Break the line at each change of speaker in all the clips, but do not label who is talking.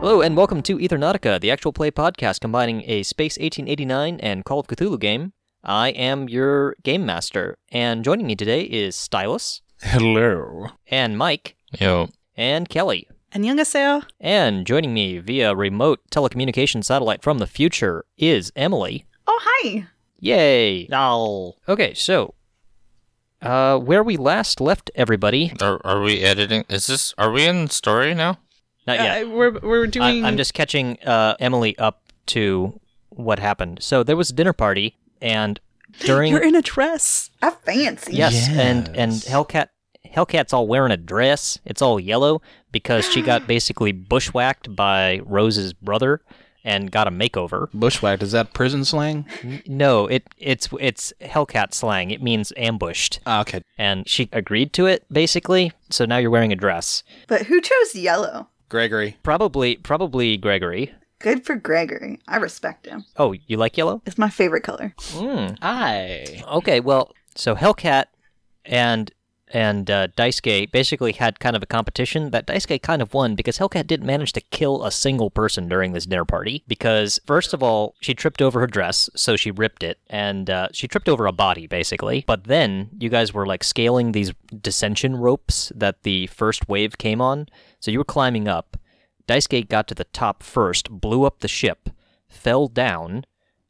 Hello, and welcome to Ethernautica, the actual play podcast combining a Space 1889 and Call of Cthulhu game. I am your game master, and joining me today is Stylus,
Hello.
and Mike,
Yo,
and Kelly.
안녕하세요.
And joining me via remote telecommunication satellite from the future is Emily.
Oh, hi.
Yay! Oh. Okay, so, uh, where we last left everybody,
are, are we editing? Is this? Are we in story now?
not yet.
Uh, we're, we're doing.
I, I'm just catching uh, Emily up to what happened. So there was a dinner party, and during
You're in a dress.
I fancy.
yes, and and Hellcat Hellcat's all wearing a dress. It's all yellow because she got basically bushwhacked by Rose's brother and got a makeover.
Bushwhacked, is that prison slang?
N- No, it it's it's Hellcat slang. It means ambushed,
Ah, okay.
and she agreed to it basically. So now you're wearing a dress.
But who chose yellow?
Gregory.
Probably probably Gregory.
Good for Gregory. I respect him.
Oh, you like yellow?
It's my favorite color.
Mm.
I.
Okay, well, so Hellcat and and uh, Daisuke basically had kind of a competition that Daisuke kind of won because Hellcat didn't manage to kill a single person during this dinner party. Because first of all, she tripped over her dress, so she ripped it, and uh, she tripped over a body basically. But then you guys were like scaling these dissension ropes that the first wave came on, so you were climbing up. Daisuke got to the top first, blew up the ship, fell down,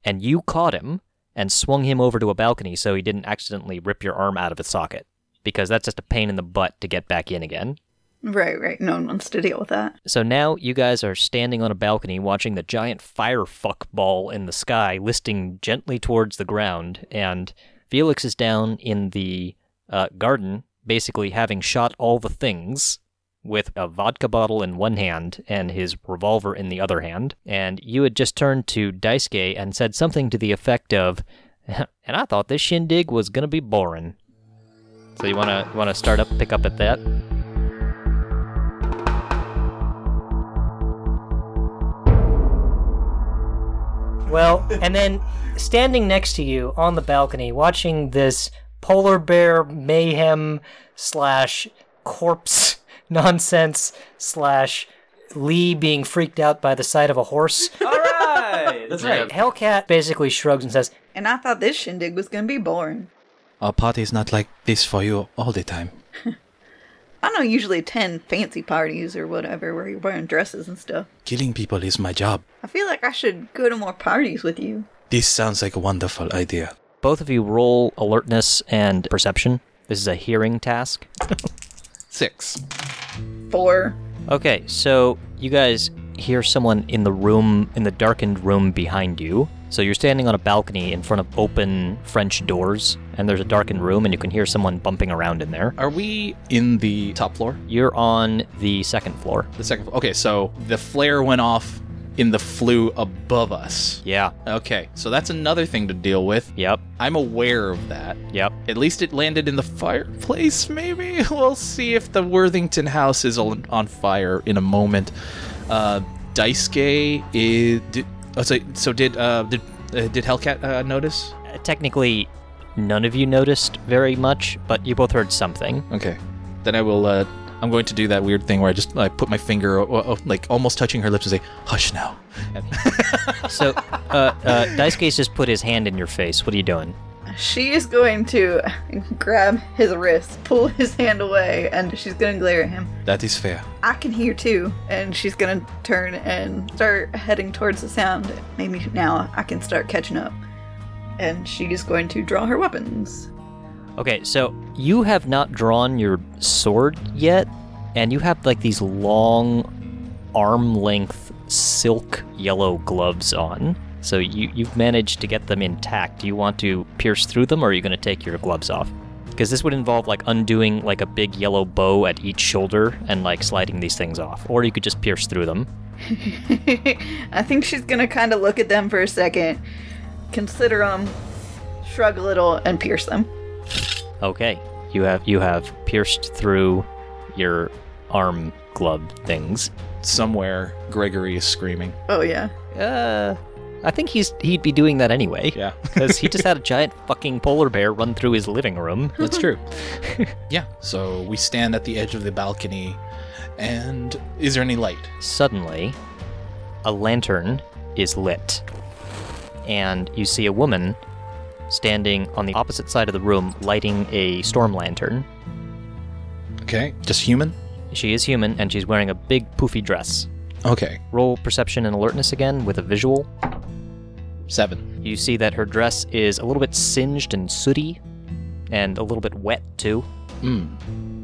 and you caught him and swung him over to a balcony so he didn't accidentally rip your arm out of its socket because that's just a pain in the butt to get back in again.
Right, right. No one wants to deal with that.
So now you guys are standing on a balcony watching the giant firefuck ball in the sky listing gently towards the ground, and Felix is down in the uh, garden, basically having shot all the things with a vodka bottle in one hand and his revolver in the other hand. And you had just turned to Daisuke and said something to the effect of, and I thought this shindig was gonna be boring. So you wanna wanna start up, pick up at that? Well, and then standing next to you on the balcony, watching this polar bear mayhem slash corpse nonsense slash Lee being freaked out by the sight of a horse. All right, that's right. Hellcat basically shrugs and says,
And I thought this shindig was going to be boring.
Our party's not like this for you all the time.
I don't usually attend fancy parties or whatever where you're wearing dresses and stuff.
Killing people is my job.
I feel like I should go to more parties with you.
This sounds like a wonderful idea.
"Both of you roll alertness and perception. This is a hearing task."
Six.
Four.
Okay, so you guys hear someone in the room, in the darkened room behind you. So you're standing on a balcony in front of open French doors, and there's a darkened room, and you can hear someone bumping around in there.
Are we in the top floor?
You're on the second floor.
The second floor. Okay, so the flare went off in the flue above us.
Yeah.
Okay, so that's another thing to deal with.
Yep.
I'm aware of that.
Yep.
At least it landed in the fireplace, maybe? We'll see if the Worthington house is on on fire in a moment. Uh, Daisuke is. Did, oh, so, so did uh, did uh, did Hellcat uh, notice?
Uh, Technically, none of you noticed very much, but you both heard something.
Okay, then I will. Uh, I'm going to do that weird thing where I just I put my finger, o- o- like almost touching her lips, and say, "Hush now."
So, uh, uh, Daisuke's just put his hand in your face. What are you doing?
She is going to grab his wrist, pull his hand away, and she's going to glare at him.
That is fair.
I can hear too, and she's gonna turn and start heading towards the sound. Maybe now I can start catching up. And she's going to draw her weapons.
Okay, so you have not drawn your sword yet, and you have like these long arm length silk yellow gloves on. So you, you've managed to get them intact. Do you want to pierce through them or are you going to take your gloves off? Because this would involve like undoing like a big yellow bow at each shoulder and like sliding these things off. Or you could just pierce through them.
I think she's gonna kind of look at them for a second, consider them, shrug a little, and pierce them.
Okay. You have you have pierced through your
arm glove things.
Somewhere, Gregory is screaming.
Oh yeah.
Uh, I think he's he'd be doing that anyway.
Yeah,
Because he just had a giant fucking polar bear run through his living room.
that's true. yeah. So we stand at the edge of the balcony, and is there any light?
Suddenly, a lantern is lit, and you see a woman standing on the opposite side of the room lighting a storm lantern.
Okay. Just human?
She is human, and she's wearing a big poofy dress.
Okay.
Roll perception and alertness again with a visual.
Seven.
You see that her dress is a little bit singed and sooty, and a little bit wet too.
Hmm.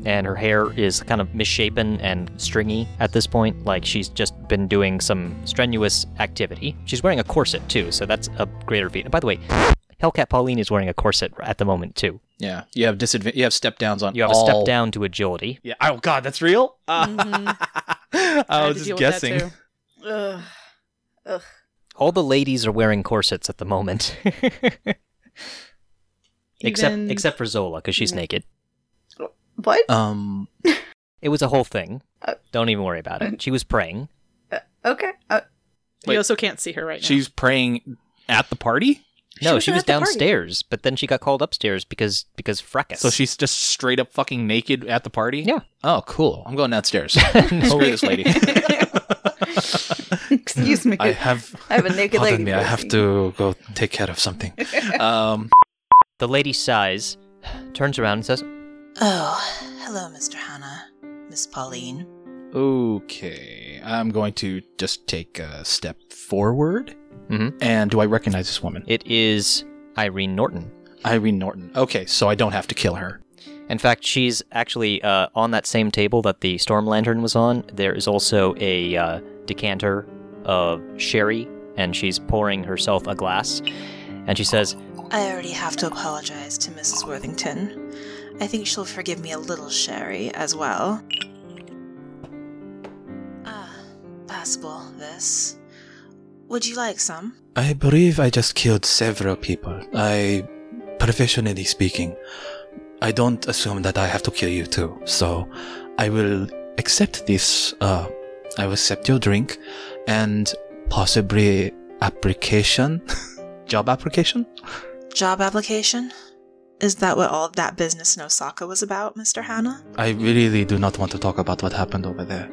and her hair is kind of misshapen and stringy at this point like she's just been doing some strenuous activity she's wearing a corset too so that's a greater feat and by the way hellcat pauline is wearing a corset at the moment too
Yeah. You have disadvantage. You have step downs on
you have
all-
a
Oh.
step down to agility
Yeah. Oh God, that's real. Ah. I
had to
was just
deal with that
guessing.
too.
Ugh. Ugh.
all the ladies are wearing corsets at the moment except
Even-
except for zola because she's naked
What?
Um.
it was a whole thing
Uh,
don't even worry about it she was praying
Okay. Uh,
Wait.
You also can't see her right now.
She's praying at the party,
no
wasn't
she was
at the party.
downstairs but then she got called upstairs because because fracas
so she's just straight up fucking naked at the party.
Yeah.
Oh, cool. I'm going downstairs. Screw this lady.
excuse me.
I have.
I have a naked
Pardon
lady
me. I have
voicing.
to go take care of something. Um.
the lady sighs turns around and says
Oh, hello, Mr. Hannah. Miss Pauline.
Okay. I'm going to just take a step forward.
Mm-hmm.
Mhm.
And do I recognize this woman?
It is Irene Norton.
Irene Norton. Okay, so I don't have to kill her.
In fact, she's actually uh, on that same table that the storm lantern was on. There is also a uh, decanter of sherry, and she's pouring herself a glass. And she says,
I already have to apologize to Mrs. Worthington. I think she'll forgive me a little sherry as well. Ah, passable, this. Would you like some?
I believe I just killed several people. I, professionally speaking, I don't assume that I have to kill you too. So, I will accept this. Uh, I will accept your drink, and possibly application, job application.
Job application? Is that what all that business in Osaka was about, Mr. Hannah?
I really do not want to talk about what happened over there.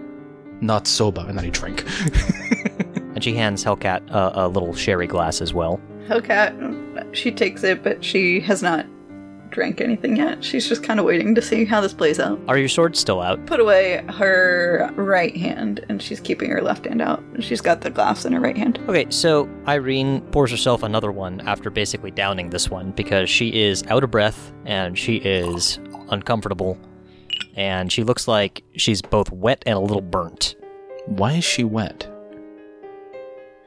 Not sober, and I drink.
and she hands Hellcat uh, a little sherry glass as well.
Hellcat, she takes it, but she has not drank anything yet. She's just kind of waiting to see how this plays out.
Are your swords still out?
Put away her right hand, and she's keeping her left hand out. She's got the glass in her right hand.
Okay, so Irene pours herself another one after basically downing this one because she is out of breath and she is uncomfortable, and she looks like she's both wet and a little burnt.
Why is she wet?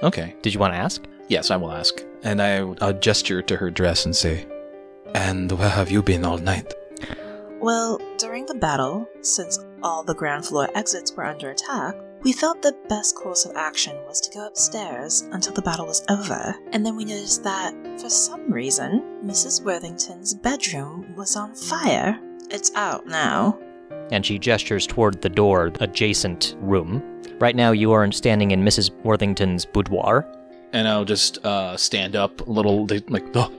Okay.
Did you want to ask?
Yes, I will ask. And I, I'll gesture to her dress and say,
And where have you been all night?
Well, during the battle, since all the ground floor exits were under attack, we felt the best course of action was to go upstairs until the battle was over, and then we noticed that, for some reason, Mrs. Worthington's bedroom was on fire. It's out now.
and she gestures toward the door adjacent room. Right now, you are standing in Mrs. Worthington's boudoir.
and I'll just uh, stand up a little, li- like,
Oh,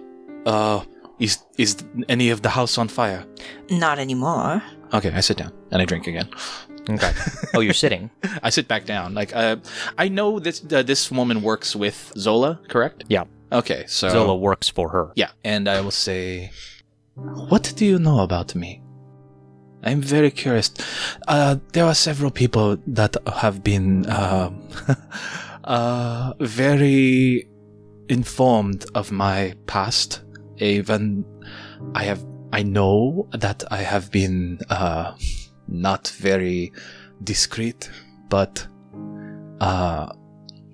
uh, is is any of the house on fire?
Not anymore.
okay, I sit down and I drink again.
Okay. oh, you're sitting.
I sit back down. Like, uh, I know this uh, this woman works with Zola, correct?
Yeah.
Okay, so
Zola works for her.
Yeah, and I will say,
What do you know about me? I'm very curious. Uh, there are several people that have been um, uh, very informed of my past. Even I have, I know that I have been uh, not very discreet, but uh,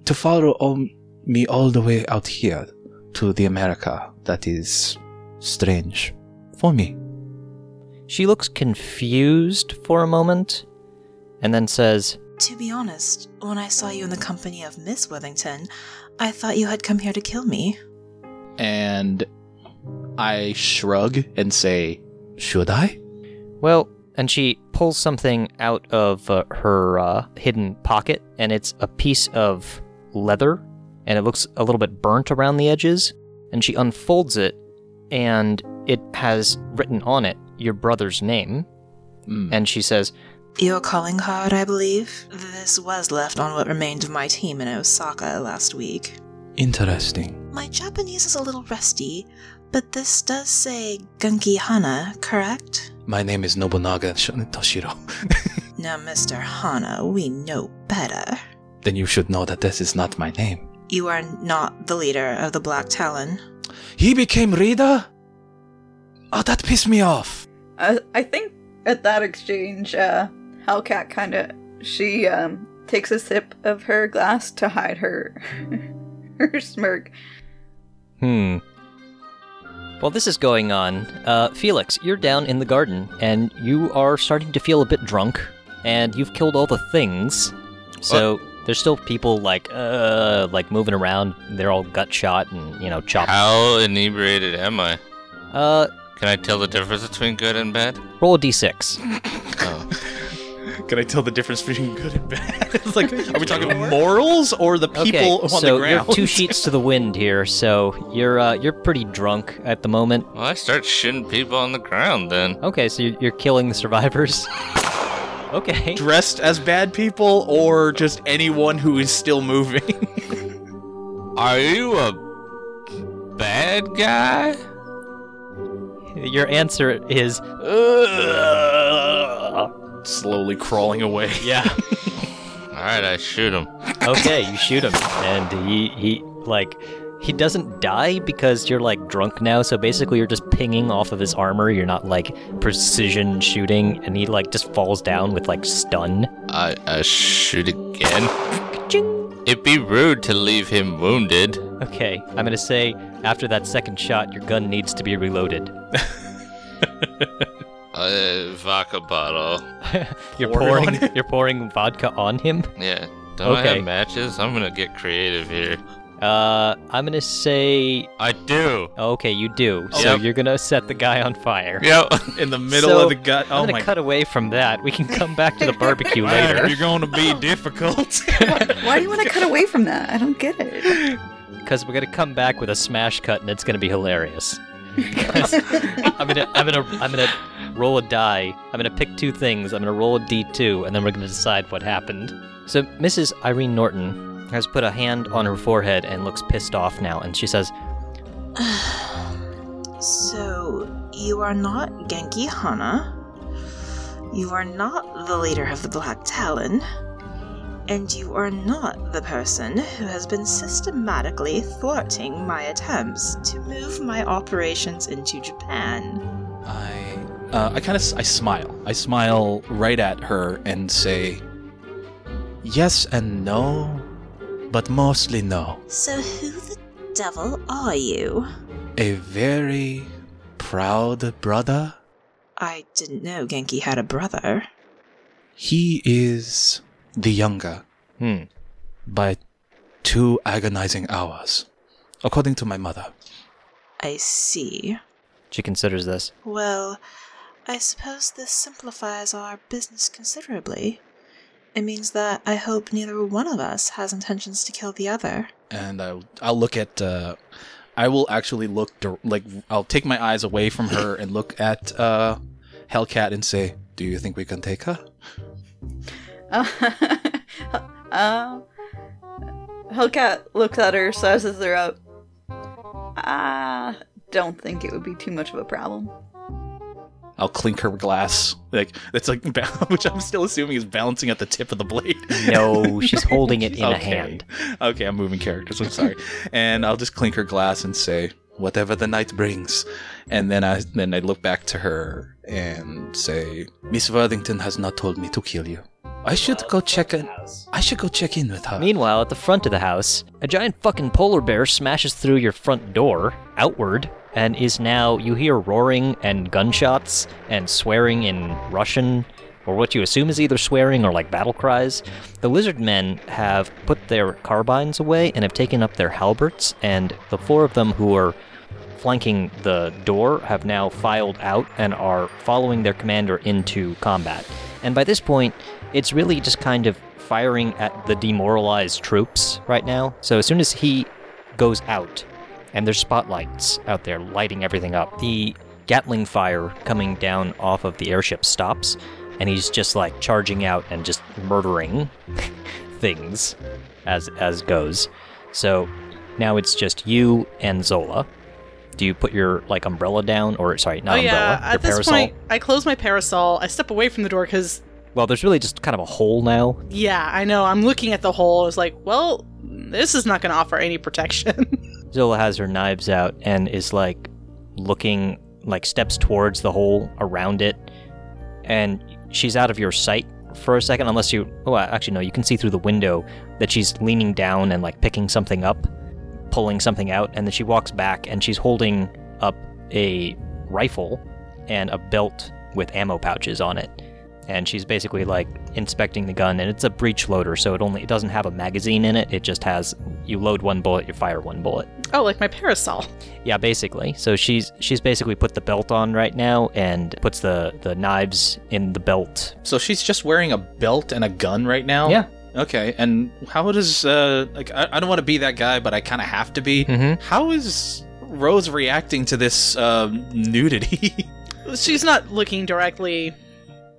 to follow all, me all the way out here to the America, that is strange for me.
She looks confused for a moment and then says,
To be honest, when I saw you in the company of Miss Worthington, I thought you had come here to kill me.
and I shrug and say,
Should I?
Well, and she pulls something out of uh, her uh, hidden pocket, and it's a piece of leather, and it looks a little bit burnt around the edges. And she unfolds it, and it has written on it your brother's name.
Mm.
And she says,
Your calling card, I believe. This was left on what remained of my team in Osaka last week.
Interesting.
My Japanese is a little rusty, but this does say Gunki Hana, correct?
My name is Nobunaga Shun- Toshiro.
Now, Mr. Hana, we know better.
then you should know that this is not my name.
You are not the leader of the Black Talon.
He became Rita? Oh, that pissed me off.
I, Uh, I think at that exchange, uh, Hellcat kind of she um, takes a sip of her glass to hide her her smirk.
Hmm. While this is going on, uh, Felix, you're down in the garden, and you are starting to feel a bit drunk, and you've killed all the things. So there's still people like, uh, like moving around. They're all gut shot and you know chopped.
How inebriated am I?
Uh,
Can I tell the difference between good and bad?
roll a d6.
Oh.
Can I tell the difference between good and bad? it's like, are we talking morals or the people
okay,
on
so
the ground?
you're two sheets to the wind here, so you're uh, you're pretty drunk at the moment.
Well, I start shooting people on the ground then.
Okay, so you're, you're killing the survivors. okay.
Dressed as bad people or just anyone who is still moving?
Are you a bad guy?
Your answer is
Slowly crawling away.
yeah.
All right, I shoot him.
okay, you shoot him, and he he like he doesn't die because you're like drunk now. So basically, you're just pinging off of his armor. You're not like precision shooting, and he like just falls down with like stun.
I, I shoot again. It'd be rude to leave him wounded.
Okay, I'm gonna say after that second shot, your gun needs to be reloaded.
Uh, vodka bottle.
You're
Pour it on
pouring you're pouring vodka on him.
Yeah. Don't I
Okay.
have matches? I'm gonna get creative here.
Uh, I'm gonna say
I do.
okay, you do. So
Yep.
you're gonna set the guy on fire.
Yep.
In the middle
So,
of the gut.
I'm
Oh
gonna
my
cut away from that. We can come back to the barbecue
Man,
later.
You're going to be difficult.
Why do you want to cut away from that? I don't get it.
because we're gonna come back with a smash cut and it's gonna be hilarious. 'Cause I'm gonna, I'm gonna, I'm gonna roll a die. I'm gonna pick two things. I'm gonna roll a d2, and then we're gonna decide what happened. So Mrs. Irene Norton has put a hand on her forehead and looks pissed off now, and she says,
So, you are not Genki Hana. You are not the leader of the Black Talon. And you are not the person who has been systematically thwarting my attempts to move my operations into Japan.
I uh, I kind of I smile. I smile right at her and say,
Yes and no, but mostly no.
So, who the devil are you?
A very proud brother.
I didn't know Genki had a brother.
He is the younger
"Hmm,
by two agonizing hours, according to my mother.
I see.
She considers this.
Well, I suppose this simplifies our business considerably. It means that I hope neither one of us has intentions to kill the other.
and I I'll look at. Uh, I will actually look dir- like I'll take my eyes away from her and look at uh, Hellcat and say,
Do you think we can take her?
Uh, uh, Hellcat looks at her, sizes her up. I don't think it would be too much of a problem.
I'll clink her glass. Like that's like ba- which I'm still assuming is balancing at the tip of the blade.
No, she's holding it in a
okay.
hand.
Okay, I'm moving characters. I'm sorry. and I'll just clink her glass and say, "Whatever the night brings." And then I then I look back to her and say,
Miss Worthington has not told me to kill you. I should go check in. I should go check in with her.
Meanwhile, at the front of the house, a giant fucking polar bear smashes through your front door, outward, and is now, you hear roaring and gunshots and swearing in Russian, or what you assume is either swearing or like battle cries. The lizard men have put their carbines away and have taken up their halberts, and the four of them who are flanking the door have now filed out and are following their commander into combat. And by this point, it's really just kind of firing at the demoralized troops right now. So as soon as he goes out, and there's spotlights out there lighting everything up, the Gatling fire coming down off of the airship stops, and he's just like charging out and just murdering things as as goes. So now it's just you and Zola. Do you put your like umbrella down, or sorry, not
oh yeah.
umbrella, your
At this
parasol?
point, I close my parasol. I step away from the door because
Well, there's really just kind of a hole now.
yeah, I know. I'm looking at the hole. It's like, well, this is not going to offer any protection.
Zola has her knives out and is like looking, like steps towards the hole around it, and she's out of your sight for a second. Unless you, oh, uh, actually no, you can see through the window that she's leaning down and like picking something up, pulling something out, and then she walks back and she's holding up a rifle and a belt with ammo pouches on it. And she's basically like inspecting the gun, and it's a breech loader, so it only it doesn't have a magazine in it. It just has you load one bullet, you fire one bullet.
oh, like my parasol.
Yeah, basically. So she's she's basically put the belt on right now and puts the the knives in the belt.
So she's just wearing a belt and a gun right now.
Yeah.
Okay. And how does uh like I, I don't want to be that guy, but I kind of have to be.
Mm-hmm.
How is Rose reacting to this um, nudity?
She's not looking directly.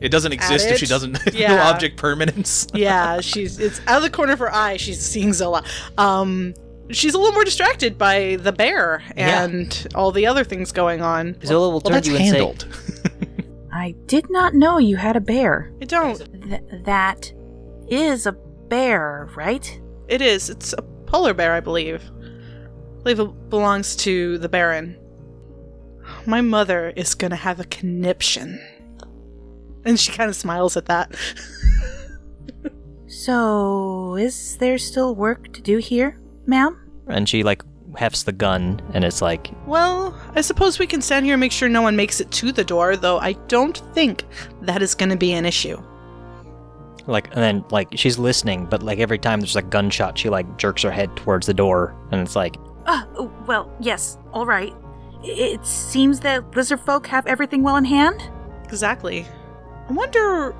it doesn't exist if she
it?
doesn't. no
Yeah.
object permanence.
Yeah, she's it's out of the corner of her eye. She's seeing Zola. Um, she's a little more distracted by the bear
Yeah.
and all the other things going on.
Zola will
Well,
turn
that's
to you and
handled.
I did not know you had a bear.
I don't.
Th- that is a bear, right?
It is. It's a polar bear, I believe. I believe it belongs to the Baron. My mother is gonna have a conniption. And she kind of smiles at that.
So, is there still work to do here, ma'am?
say, and she like hefts the gun and it's like
Well, I suppose we can stand here and make sure no one makes it to the door, though I don't think that is gonna be an issue.
like and then like she's listening, but like every time there's a gunshot, she like jerks her head towards the door and it's like
Uh, well, yes, all right. I- It seems that lizard folk have everything well in hand.
Exactly. I wonder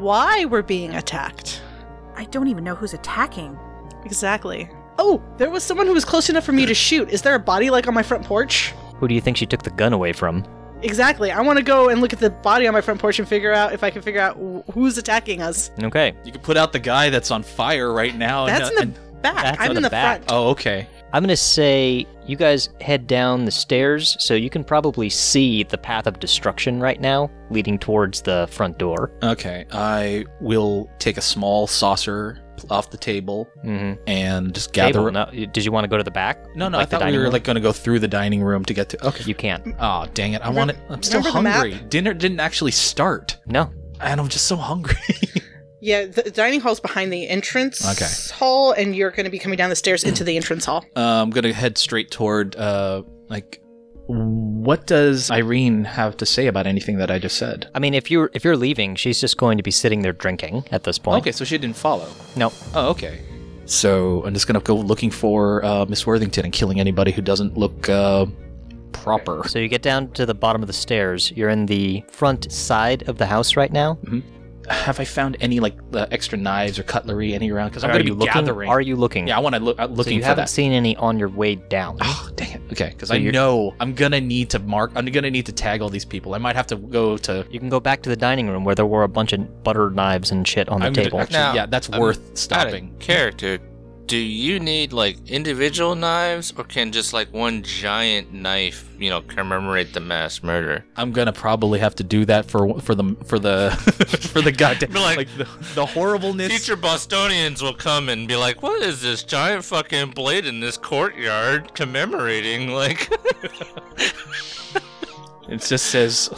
why we're being attacked.
I don't even know who's attacking.
Exactly. Oh, there was someone who was close enough for me to shoot. Is there a body like on my front porch?
who do you think she took the gun away from?
Exactly. I want to go and look at the body on my front porch and figure out if I can figure out wh- who's attacking us.
Okay.
You could put out the guy that's on fire right now. and- uh,
That's in the
and-
back.
That's
I'm
on
in
the
the,
back.
front.
oh, okay.
I'm gonna say you guys head down the stairs, so you can probably see the path of destruction right now, leading towards the front door.
Okay. I will take a small saucer off the table
Mm-hmm.
and just gather.
Gather. No, did you want to go to the back?
no, no.
Like the
I thought we
dining
were
room?
like going to go through the dining room to get to. Okay.
You can't.
Oh, dang it. I want it. I'm still
remember the map?
hungry. Dinner didn't actually start.
No.
And I'm just so hungry.
Yeah, the dining hall's behind the entrance
Okay.
hall, and you're going to be coming down the stairs into the entrance hall.
uh, I'm going to head straight toward, uh, like, what does Irene have to say about anything that I just said?
I mean, if you're if you're leaving, she's just going to be sitting there drinking at this point.
Okay, so she didn't follow.
No.
Oh, okay. So I'm just going to go looking for uh, Miss Worthington and killing anybody who doesn't look uh, proper.
So you get down to the bottom of the stairs. You're in the front side of the house right now.
Have I found any, like, uh, extra knives or cutlery any around? Because I'm
Are
going to
you
be
looking?
gathering.
Are you looking?
yeah, I want to look. I'm
So
looking
you
for
haven't
that.
seen any on your way down.
Oh dang it! Okay, because
So
I
you're-
know I'm gonna need to mark. I'm gonna need to tag all these people. I might have to go to.
you can go back to the dining room where there were a bunch of butter knives and shit on the
I'm gonna-
table.
actually,
Now,
yeah, that's
I'm
worth
Outta
stopping.
character, do you need like individual knives, or can just like one giant knife, you know, commemorate the mass murder?
I'm gonna probably have to do that for for the for the for the goddamn
But, like-
like, the, the horribleness.
Future Bostonians will come and be like, "What is this giant fucking blade in this courtyard commemorating?" Like,
It just says
I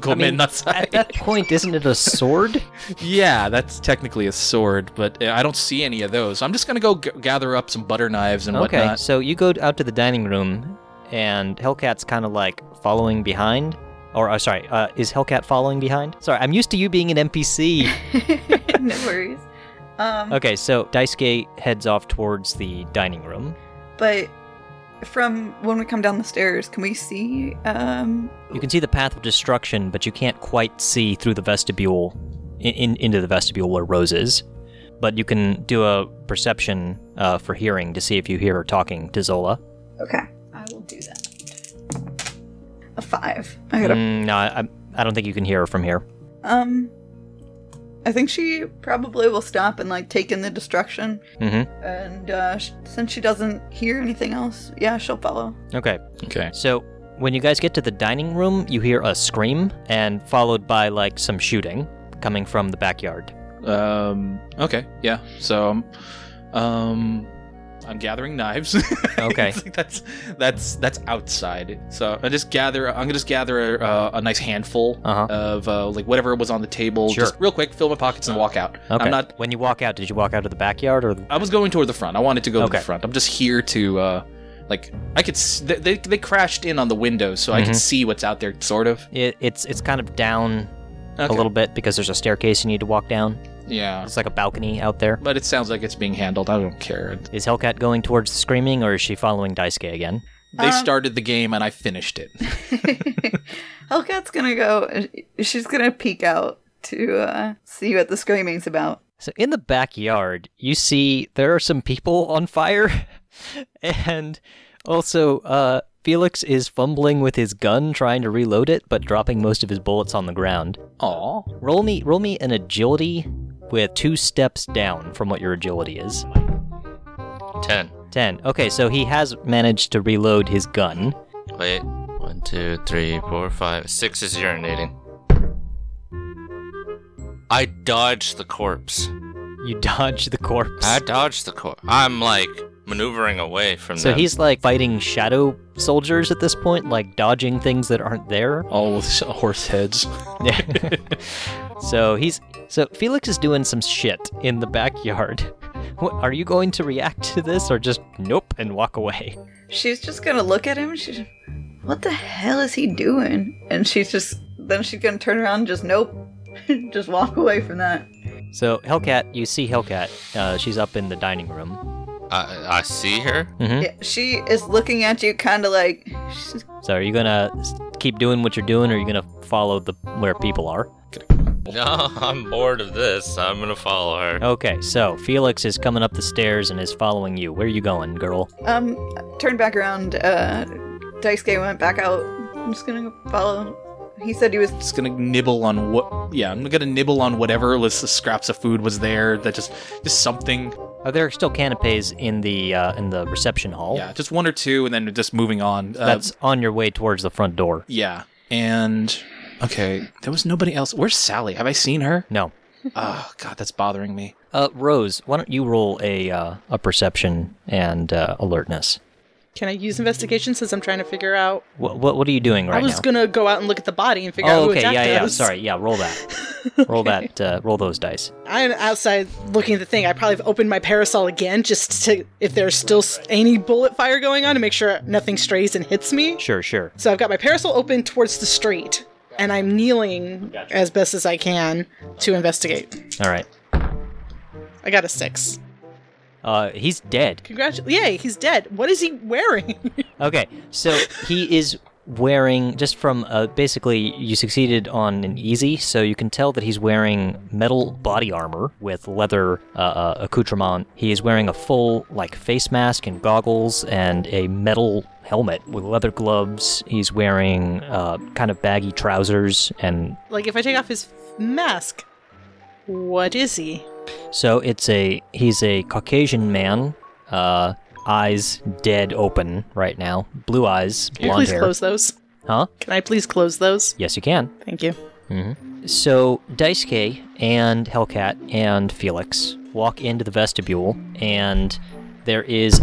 "Gomen
mean,
Natsai."
at that point, isn't it a sword?
Yeah, that's technically a sword, but uh, I don't see any of those. I'm just gonna go g- gather up some butter knives and
okay,
whatnot.
so you go out to the dining room, and Hellcat's kind of like following behind. Or, uh, sorry, uh, is Hellcat following behind? Sorry, I'm used to you being an NPC.
no worries. Um,
Okay, so Daisuke heads off towards the dining room.
But from when we come down the stairs, can we see? Um,
You can see the path of destruction, but you can't quite see through the vestibule in, in, into the vestibule where Rose is. But you can do a perception uh, for hearing to see if you hear her talking to Zola.
okay, I will do that. A five. I got a
Mm, no, I, I- I don't think you can hear her from here.
Um, I think she probably will stop and like take in the destruction.
Mhm.
And uh, sh- since she doesn't hear anything else, yeah, she'll follow.
Okay,
Okay.
so when you guys get to the dining room, you hear a scream and followed by like some shooting coming from the backyard.
Um. Okay. Yeah. So, um, um I'm gathering knives.
Okay.
It's like that's that's that's outside. So I just gather. I'm gonna just gather uh, a, a nice handful
Uh-huh.
of uh, like whatever was on the table.
Sure.
Just real quick, fill my pockets and walk out.
Okay.
I'm not.
When you walk out, did you walk out of the backyard or?
I was going toward the front. I wanted to go to
Okay.
the front. I'm just here to. uh like I could, s- they, they, they crashed in on the windows, so I
Mhm.
could see what's out there, sort of.
It, it's it's kind of down a
Okay.
little bit because there's a staircase you need to walk down.
yeah.
It's like a balcony out there.
But it sounds like it's being handled. I don't care.
Is Hellcat going towards the screaming or is she following Daisuke again?
They
Um,
started the game and I finished it.
Hellcat's gonna go. uh, She's gonna peek out to uh, see what the screaming's about.
So in the backyard, you see there are some people on fire. and also, uh, Felix is fumbling with his gun trying to reload it, but dropping most of his bullets on the ground.
Aw.
Roll me roll me an agility with two steps down from what your agility is.
10.
10. Okay, so he has managed to reload his gun.
Wait. One, two, three, four, five, six is urinating. I dodged the corpse.
You dodge the corpse.
I dodged the corpse. I'm like maneuvering away from
So
them.
he's like fighting shadow soldiers at this point, like dodging things that aren't there.
All with s- horse heads.
Yeah. so he's so Felix is doing some shit in the backyard. What, are you going to react to this or just nope and walk away?
She's just gonna look at him. She's, what the hell is he doing? And she's just then she's gonna turn around and just nope, just walk away from that.
So Hellcat, you see Hellcat. Uh, she's up in the dining room.
I, I see her.
Hmm?
Yeah, she is looking at you, kind of like she's
So are you gonna s- keep doing what you're doing, or are you gonna follow the where people are?
No, I'm bored of this. I'm gonna follow her.
Oh,
Okay, so Felix is coming up the stairs and is following you. Where are you going, girl?
Um, turned back around. Uh, Daisuke went back out. I'm just gonna follow. He said he was.
Just gonna nibble on what? Yeah, I'm gonna nibble on whatever list of scraps of food was there. That just, just something.
Are Oh, there still canapes in the uh, in the reception hall?
Yeah, just one or two, and then just moving on. Uh,
Oh. That's on your way towards the front door.
yeah. And okay, there was nobody else. Where's Sally? Have I seen her?
No.
Oh God, that's bothering me.
Uh, Rose, why don't you roll a uh, a perception and uh, alertness?
Can I use investigation since I'm trying to figure out?
What what, what are you doing right
I was
now?
gonna go out and look at the body and figure out
oh,
who
okay, yeah,
attacked
yeah.
us.
Sorry, yeah. Roll that. Roll that. Uh, roll those dice.
I'm outside looking at the thing. I probably have opened my parasol again just to if there's still s- any bullet fire going on to make sure nothing strays and hits me.
Sure, sure.
So I've got my parasol open towards the street, and I'm kneeling as best as I can to investigate.
All right.
I got a six.
Uh, he's dead.
Congratulations! Yay, he's dead. What is he wearing?
Okay, so he is wearing just from uh, basically you succeeded on an easy, so you can tell that he's wearing metal body armor with leather uh, uh, accoutrement. He is wearing a full like face mask and goggles and a metal helmet with leather gloves. He's wearing uh, kind of baggy trousers and
like if I take off his mask, what is he?
so it's a he's a Caucasian man. Uh, eyes dead open right now. Blue eyes,
Can you
blonde
please
hair.
close those?
Huh?
Can I please close those?
Yes, you can.
Thank you.
Mm-hmm.
So Daisuke and Hellcat and Felix walk into the vestibule, and there is.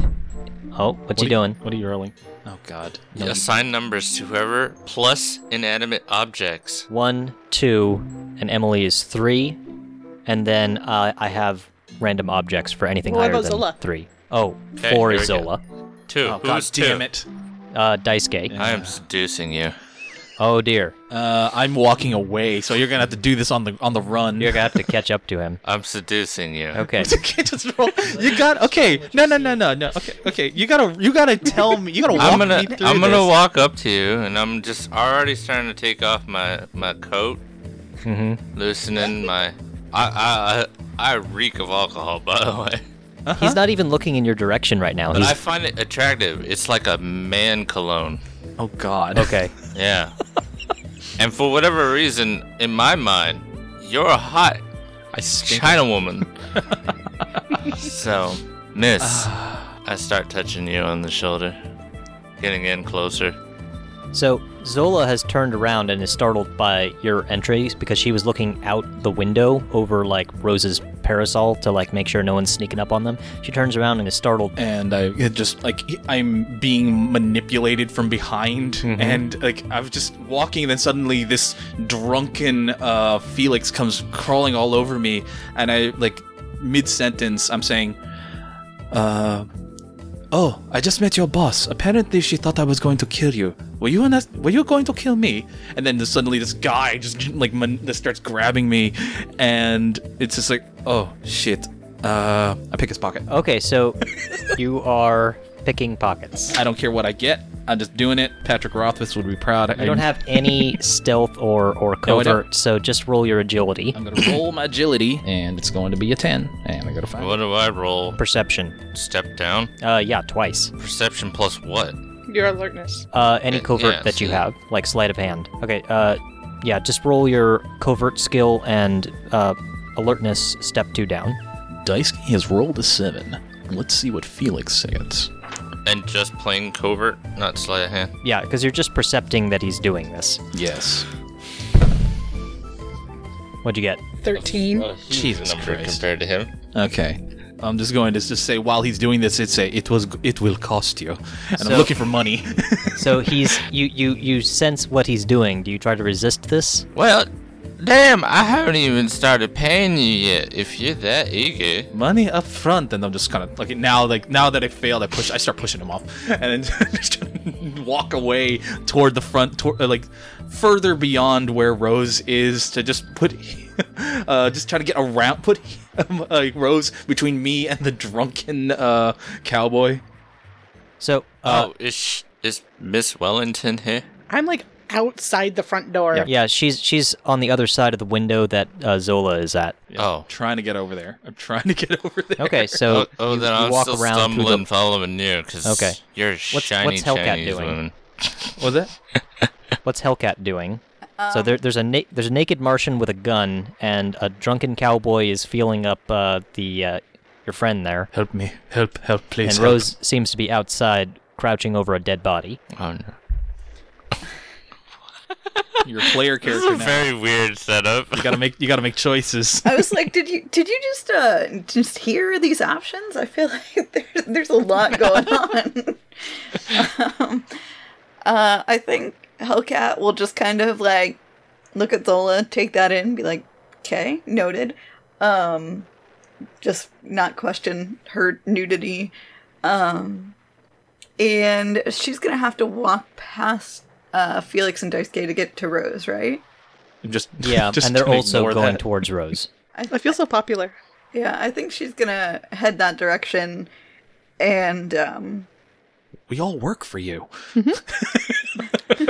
Oh, what, you doing?
What are you rolling? Oh God.
Assign numbers to whoever plus inanimate objects.
One, two, and Emily is three, and then uh, I have random objects for anything
What
higher
about
than
Zola?
three. Oh, four
Okay, here
is
we go.
Zola.
Two.
Oh
Who's
God, damn
two?
it.
Uh, Daisuke.
I am seducing you.
Oh dear,
Uh, I'm walking away, so you're gonna have to do this on the on the run.
you're gonna have to catch up to him.
I'm seducing you.
Okay.
Okay, just roll. You got okay. No, no, no, no, no. Okay, okay. You gotta, you gotta tell me. You gotta walk
I'm gonna
me through
I'm gonna
this.
walk up to you, and I'm just already starting to take off my my coat,
hmm
Mm-hmm.
loosening my. I I I I reek of alcohol, by the way.
He's not even looking in your direction right now.
But I
He's,
find it attractive. It's like a man cologne.
Oh God.
okay.
Yeah. and for whatever reason, in my mind, you're a hot
I stink.
China woman. so, miss,
Ah.
I start touching you on the shoulder, getting in closer.
So Zola has turned around and is startled by your entries because she was looking out the window over like Rose's parasol to like make sure no one's sneaking up on them. She turns around and is startled.
and I it just like I'm being manipulated from behind, and like I'm just walking, and then suddenly this drunken uh, Felix comes crawling all over me, and I like mid sentence I'm saying, uh, "Oh, I just met your boss. Apparently, she thought I was going to kill you. Were you an, were you going to kill me?" And then suddenly this guy just like man- just starts grabbing me, and it's just like, "Oh shit." Uh, I pick his pocket.
Okay, so you are picking pockets.
I don't care what I get. I'm just doing it. Patrick Rothfuss would be proud.
You don't have any stealth or or
No, I
covert,
don't.
so just roll your agility.
I'm gonna roll my agility, and it's going to be a ten. And I got a five.
What do I roll?
Perception.
Step down?
Uh, yeah, twice.
Perception plus what?
Your alertness.
Uh, any
Uh,
covert
yeah,
that you
so-
have, like sleight of hand. Okay. Uh, yeah, just roll your covert skill and uh, alertness step two down.
Dice has rolled a seven. Let's see what Felix gets.
And just plain covert, not sleight of hand.
Yeah, because you're just percepting that he's doing this.
Yes.
What'd you get?
13.
Jesus
number
Christ.
Oh, compared to him.
Okay. I'm just going to just say while he's doing this, it's a it was it will cost you, and
So-
I'm looking for money.
So he's you you you sense what he's doing. Do you try to resist this?
Well, damn, I haven't even started paying you yet. If you're that eager,
money up front, and I'm just kind of like now like now that I failed, I push I start pushing him off, and then just walk away toward the front, toward, uh, like further beyond where Rose is to just put, uh, just try to get around, put um, uh, Rose between me and the drunken uh, cowboy.
So uh,
oh, is sh- is Miss Wellington here?
I'm like outside the front door.
yeah, she's she's on the other side of the window that uh, Zola is at.
Oh.
Trying to get over there. I'm trying to get over there.
Okay, so
Oh, oh
you,
then
you
I'm
walk
still
around through the-
stumbling following you because
Okay.
you're a
what's
shiny
Hellcat
Chinese
doing?
woman.
Was that?
What's Hellcat doing? so there, there's a na- there's a naked Martian with a gun, and a drunken cowboy is feeling up uh, the uh, your friend there,
Help me. Help, help, please.
and
help.
Rose seems to be outside, crouching over a dead body.
Oh no.
Your player
This is
character
a
now.
very weird setup.
you gotta make you gotta make choices.
I was like, did you did you just uh just hear these options? I feel like there's there's a lot going on. um, uh, I think Hellcat will just kind of like look at Zola, take that in, be like, okay, noted. Um, just not question her nudity. Um, and she's gonna have to walk past uh, Felix and Daisuke to get to Rose, right?
I'm just
Yeah,
just
and they're
gonna
also
ignore
going
that.
towards Rose.
I feel so popular.
Yeah, I think she's gonna head that direction, and um,
We all work for you.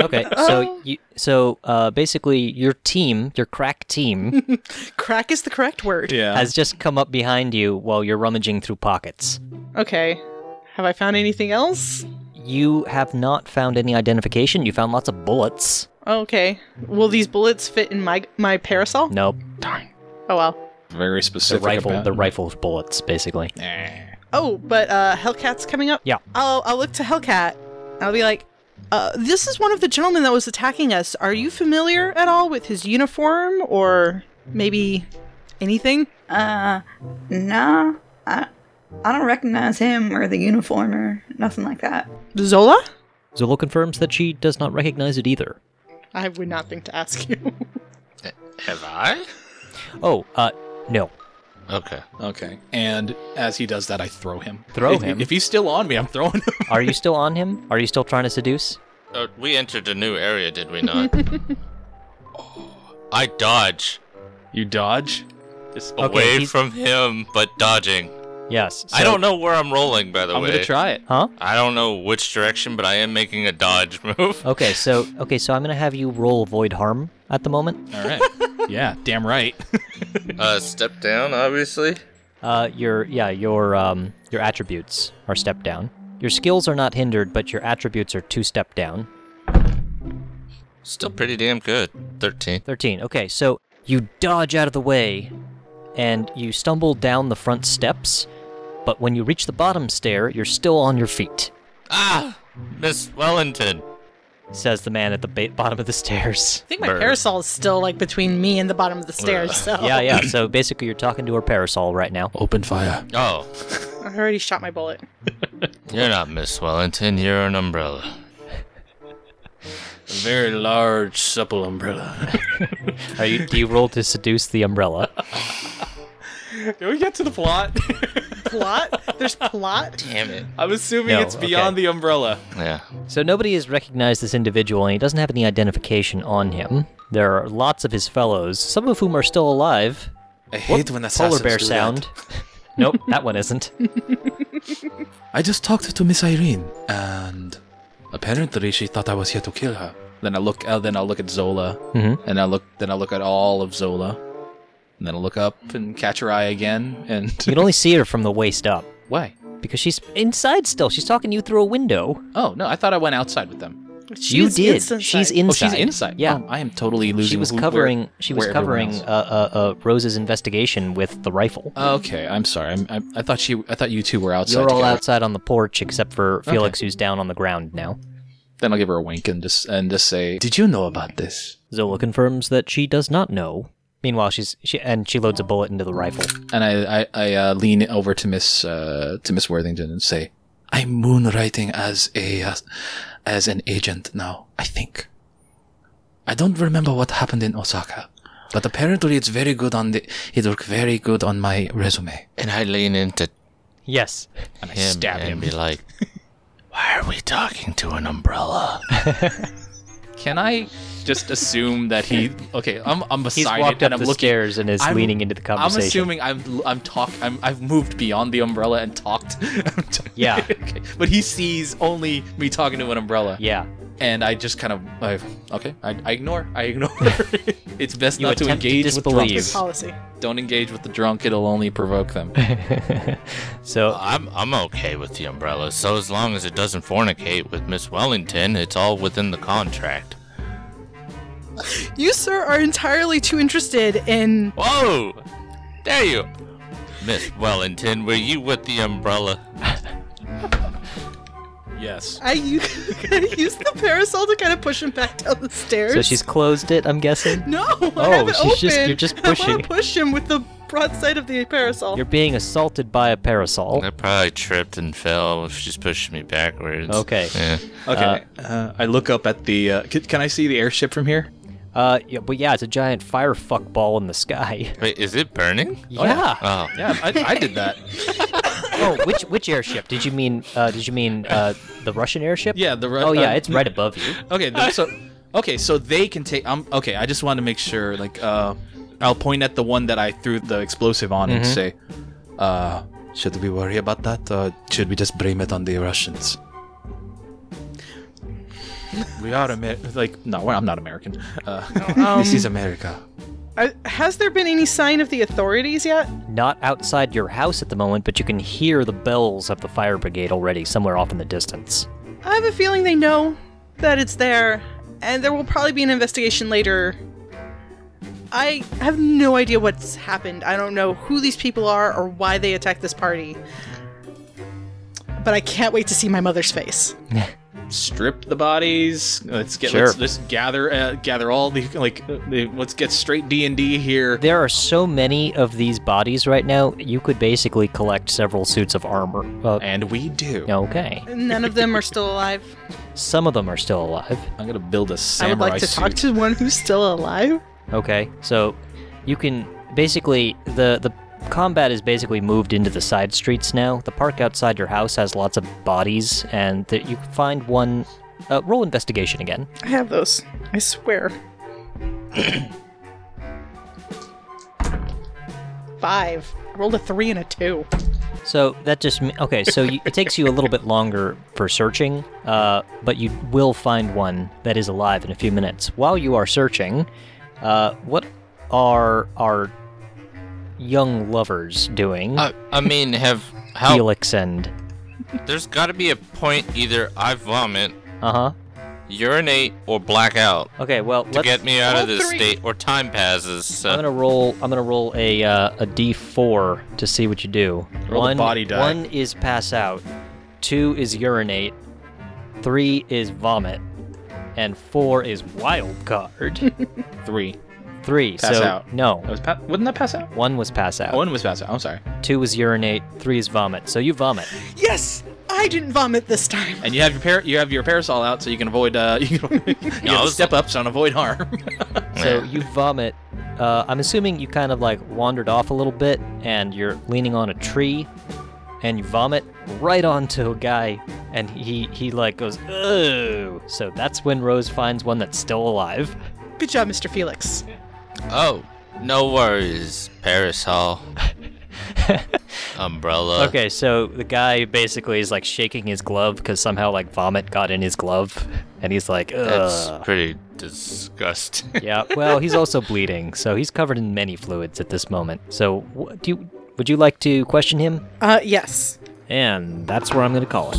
Okay, so you, so uh, basically your team, your crack team,
Crack is the correct word.
Yeah.
has just come up behind you while you're rummaging through pockets.
Okay. Have I found anything else?
You have not found any identification. You found lots of bullets.
Okay. Will these bullets fit in my my parasol?
Nope,
Oh well.
very
the
specific.
rifle,
about-
the rifle's bullets, basically.
Oh, but uh Hellcat's coming up.
Yeah.
I'll I'll look to Hellcat. I'll be like, uh, this is one of the gentlemen that was attacking us. Are you familiar at all with his uniform or maybe anything?
uh, nah, I, I don't recognize him or the uniform or nothing like that.
Zola?
Zolo confirms that she does not recognize it either.
I would not think to ask you.
Have I?
Oh, uh, no.
Okay.
Okay. And as he does that, I throw him.
Throw
If-
him?
If he's still on me, I'm throwing him.
Are you still on him? Are you still trying to seduce?
Uh, we entered a new area, did we not? I dodge
You dodge? Just,
Okay,
away
he's-
from him, but dodging.
Yes.
I
so-
don't know where I'm rolling, by the
I'm
way.
gonna try it.
Huh?
I don't know which direction, but I am making a dodge move.
Okay, so okay, so I'm gonna have you roll void harm at the moment.
All right. yeah, damn right.
Uh, step down, obviously.
Uh, your yeah, your um, your attributes are stepped down. Your skills are not hindered, but your attributes are two step down.
Still pretty damn good. 13.
13. Okay, so you dodge out of the way and you stumble down the front steps, but when you reach the bottom stair, you're still on your feet,
Ah! Miss Wellington.
says the man at the ba- bottom of the stairs.
I think my
Bird.
parasol is still like between me and the bottom of the stairs. So
Yeah, yeah, so basically you're talking to her parasol right now.
Open fire.
Oh,
I already shot my bullet.
you're not Miss Wellington, you're an umbrella.
A very large, supple umbrella.
Are you, do you roll to seduce the umbrella?
Can we get to the plot?
Plot? There's plot?
Damn it.
I'm assuming
No,
it's beyond
okay.
the umbrella.
Yeah.
So nobody has recognized this individual, and he doesn't have any identification on him. There are lots of his fellows, some of whom are still alive.
I
Whoop,
hate when assassins
polar bear
do that.
sound. nope, that one isn't.
I just talked to Miss Irene, and apparently she thought I was here to kill her.
Then I look. Uh, then I look at Zola,
Mhm.
and I look. Then I look at all of Zola, and then I look up and catch her eye again. And
You can only see her from the waist up
why?
because she's inside still. She's talking to you through a window.
Oh no, I thought I went outside with them.
you
She's
did.
inside.
She's
Oh,
inside.
she's inside.
Yeah.
Oh, I am totally losing.
she was
who- where-
covering. she was
where everyone
covering uh,
else- Oh,
uh, uh, Rose's investigation with the rifle.
okay, I'm sorry. I'm, I, I thought she. I thought you two were outside.
You're all
together.
outside on the porch except for Felix, who's down on the ground now.
Then I'll give her a wink and just and just say,
Did you know about this?
Zola confirms that she does not know. Meanwhile, she's she and she loads a bullet into the rifle.
and I I, I uh, lean over to Miss uh, to Miss Worthington and say,
I'm moonlighting as a uh, as an agent now. I think. I don't remember what happened in Osaka, but apparently it's very good on the. It looked very good on my resume.
And I lean into
Yes.
him and be like, Why are we talking to an umbrella?
"Can I just assume that he? Okay, I'm I'm
He's
beside
walked
it
up
and
the
I'm looking
stairs and is
I'm-
leaning into the conversation.
I'm assuming I'm I'm talk I'm I've moved beyond the umbrella and talked. I'm t-
Yeah.
okay. But he sees only me talking to an umbrella.
Yeah.
And I just kind of I, okay. I, I ignore. I ignore. it's best
You
not to
attempt to
engage with
disbelieve.
Good
drunks.
policy.
Don't engage with the drunk. It'll only provoke them.
So
I'm, I'm okay with the umbrella, so as long as it doesn't fornicate with Miss Wellington, it's all within the contract.
You, sir, are entirely too interested in.
Oh.
Whoa! There you! Miss Wellington, were you with the umbrella?
yes.
I u- used the parasol to kind of push him back down the stairs.
so she's closed it, I'm guessing.
No,
Oh,
I have it
she's
open.
just- you're just
I
pushing.
want to push him with the broadside of the parasol.
You're being assaulted by a parasol.
I probably tripped and fell if she's pushing me backwards.
Okay.
Yeah.
Okay. Uh, I look up at the. Uh, can, can I see the airship from here?
Uh, yeah, but yeah, it's a giant firefuck ball in the sky.
Wait, is it burning?
Yeah.
Oh.
Yeah, I, I did that.
oh, which which airship? Did you mean? Uh, did you mean uh, the Russian airship?
Yeah, the Ru-
Oh yeah,
uh,
it's right above you.
Okay, th- so okay, so they can take. Um, okay, I just want to make sure. Like, uh, I'll point at the one that I threw the explosive on and say,
Uh, should we worry about that, or should we just blame it on the Russians?
"We are American." Like, no, I'm not American. Uh,
this is America.
Are, has there been any sign of the authorities yet?
Not outside your house at the moment, but you can hear the bells of the fire brigade already somewhere off in the distance.
I have a feeling they know that it's there, and there will probably be an investigation later. I have no idea what's happened. I don't know who these people are or why they attacked this party. But I can't wait to see my mother's face.
strip the bodies. Let's get.
Sure.
Let's, let's gather. Uh, gather all the like. Uh, the, let's get straight D and D here.
There are so many of these bodies right now. You could basically collect several suits of armor. Uh,
And we do.
okay.
None of them are still alive.
Some of them are still alive.
I'm gonna build a
I
samurai
would like to
suit.
talk to one who's still alive.
Okay, so you can basically the the combat is basically moved into the side streets now. The park outside your house has lots of bodies, and that you find one Uh, roll investigation again.
I have those. I swear. Five. I rolled a three and a two.
So that just me- okay. So you, it takes you a little bit longer for searching, uh, but you will find one that is alive in a few minutes. While you are searching, uh, what are our young lovers doing?
I, I mean, have how?
Felix and
There's got to be a point either I vomit,
uh huh.
urinate, or black out
Okay, well
to
let's.
get me out
all
of this
three.
state, or time passes.
I'm
So
gonna roll. I'm gonna roll a uh, a d4 to see what you do.
Roll the
one
body die.
One is pass out. Two is urinate. Three is vomit, and four is wild card.
Three.
Three.
Pass
so
out.
no.
That was pa- Wouldn't that pass out?
One was pass out.
One was pass out. I'm sorry.
Two was urinate. Three is vomit. So you vomit.
Yes! I didn't vomit this time.
And you have your par- you have your parasol out, so you can avoid. Uh, you can you have
I
the
was-
step ups on avoid harm.
So you vomit. Uh, I'm assuming you kind of like wandered off a little bit, and you're leaning on a tree, and you vomit right onto a guy, and he he like goes oh. So that's when Rose finds one that's still alive.
Good job, Mr. Felix.
oh, no worries, parasol, umbrella.
Okay, so the guy basically is like shaking his glove because somehow like vomit got in his glove, and he's like
that's
ugh.
pretty disgusting.
yeah. Well, he's also bleeding, so he's covered in many fluids at this moment. So wh- do you, would you like to question him?
Uh, yes.
And that's where I'm going to call it.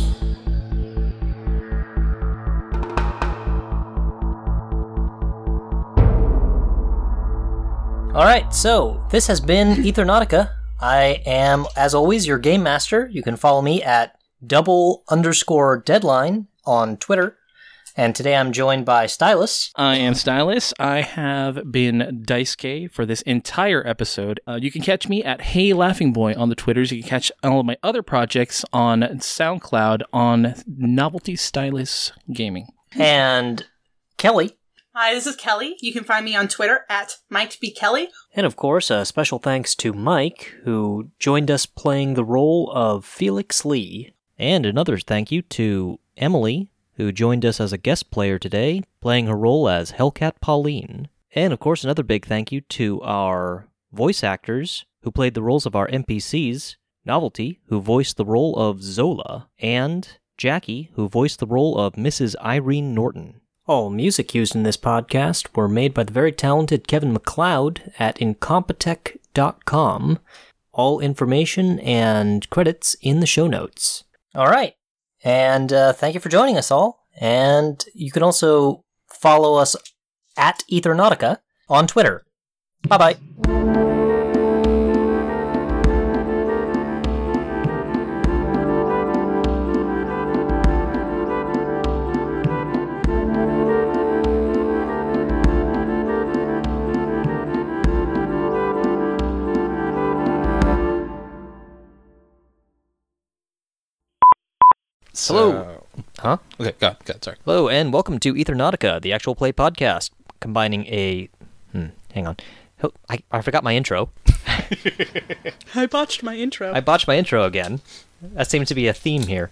All right, so this has been Ethernautica. I am, as always, your game master. You can follow me at double underscore deadline on Twitter. And today I'm joined by Stylus.
I am Stylus. I have been Dice K for this entire episode. Uh, you can catch me at Hey Laughing Boy on the Twitters. You can catch all of my other projects on SoundCloud on Novelty Stylus Gaming.
And Kelly.
Hi, this is Kelly. You can find me on Twitter at might be Kelly.
And of course, a special thanks to Mike, who joined us playing the role of Felix Lee. And another thank you to Emily, who joined us as a guest player today, playing her role as Hellcat Pauline. And of course, another big thank you to our voice actors, who played the roles of our NPCs Novelty, who voiced the role of Zola, and Jackie, who voiced the role of Mrs. Irene Norton. All music used in this podcast were made by the very talented Kevin McLeod at Incompetech.com. All information and credits in the show notes. All right. And uh, thank you for joining us all. And you can also follow us at Ethernautica on Twitter. Bye bye. Hello. Huh?
Okay, God, God, sorry.
Hello, and welcome to Ethernautica, the actual play podcast, combining a. Hmm, hang on. Hel- I, I forgot my intro.
I botched my intro.
I botched my intro again. That seems to be a theme here.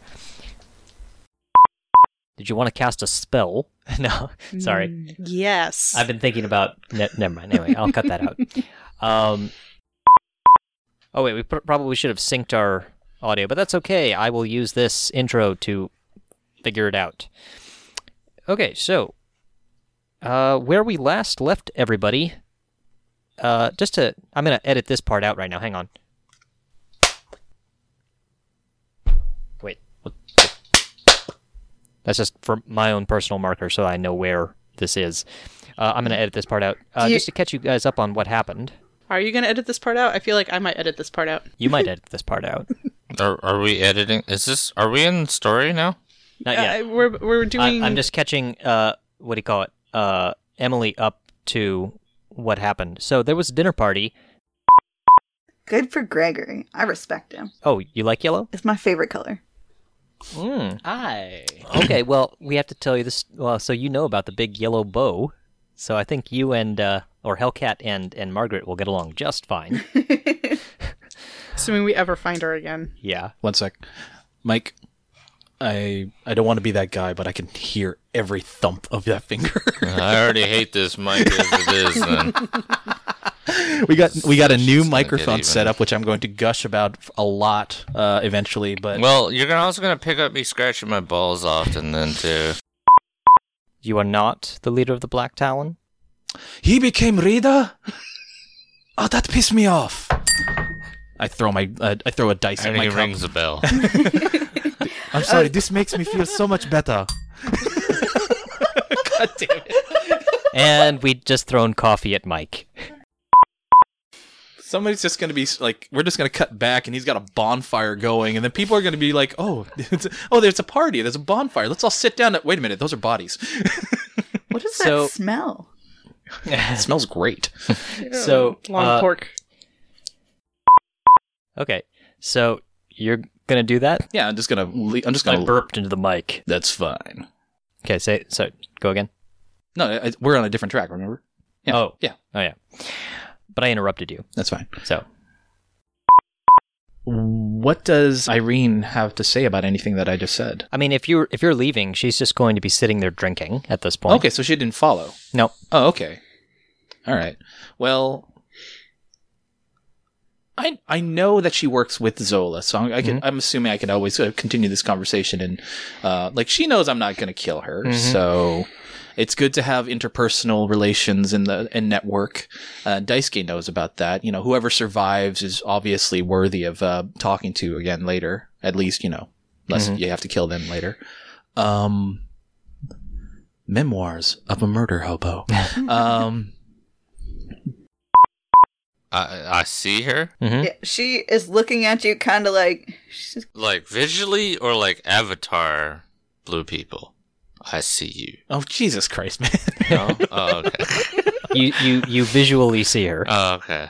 Did you want to cast a spell? no, sorry.
yes.
I've been thinking about. Ne- never mind. Anyway, I'll cut that out. Um, oh wait, we pr- probably should have synced our audio, but that's okay. I will use this intro to figure it out. Okay, so uh, where we last left everybody, uh, just to I'm gonna edit this part out right now. Hang on. Wait, what- that's just for my own personal marker, so I know where this is. Uh, I'm gonna edit this part out uh,
Mm. Do you-
just to catch you guys up on what happened.
Are you going to edit this part out? I feel like I might edit this part out.
You might edit this part out.
Are, are we editing? Is this? Are we in story now?
Not yet.
Uh, we're, we're doing.
I, am just catching. Uh, what do you call it? Uh, Emily up to what happened. So there was a dinner party.
Good for Gregory. I respect him.
Oh, you like yellow?
It's my favorite color.
Mm.
Hi.
Okay. Well, we have to tell you this. Well, so you know about the big yellow bow. So I think you and uh, or Hellcat and and Margaret will get along just fine.
Assuming we ever find her again.
Yeah.
One sec, Mike. I I don't want to be that guy, but I can hear every thump of that finger.
I already hate this mic as it is. Then
we got we got a
Shit's
new
gonna get
microphone
even.
set up, which I'm going to gush about a lot uh, eventually. But
well, you're gonna also gonna pick up me scratching my balls often then too.
You are not the leader of the Black Talon.
he became Rita. Oh, that pissed me off. I throw my uh, I throw a dice at
And
my
he
cup.
rings a bell.
I'm sorry. This makes me feel so much better. God damn it!
and we just thrown coffee at Mike.
Somebody's just gonna be like, we're just gonna cut back, and he's got a bonfire going, and then people are gonna be like, oh, it's, oh, there's a party, there's a bonfire. Let's all sit down. Wait a minute, those are bodies.
What is
So-
that smell?
it smells great.
So,
long
uh,
pork.
Okay, so you're gonna do that?
Yeah, I'm just gonna. Le- I'm just
I
gonna.
burped into the mic.
That's fine.
Okay, say so. Go again.
No, I, I- we're on a different track. Remember? Yeah.
Oh,
yeah,
Oh yeah, but I interrupted you.
that's fine.
So
What does Irene have to say about anything that I just said?
I mean, if you're if you're leaving, she's just going to be sitting there drinking at this point.
Okay, so she didn't follow.
No.
Oh, okay. All right. Well, I I know that she works with Zola, so I can, I'm assuming I can always uh, continue this conversation and uh, like she knows I'm not going to kill her,
Mhm.
so it's good to have interpersonal relations in the and network. Uh, Daisuke knows about that. You know, whoever survives is obviously worthy of uh, talking to again later. At least you know, unless you have to kill them later. Um, memoirs of a murder hobo. um.
I I see her
Mhm.
Yeah, she is looking at you kind of like she's
like visually or like Avatar blue people. I see you.
Oh Jesus Christ, man!
No. Oh, okay.
you you you visually see her.
Oh, okay.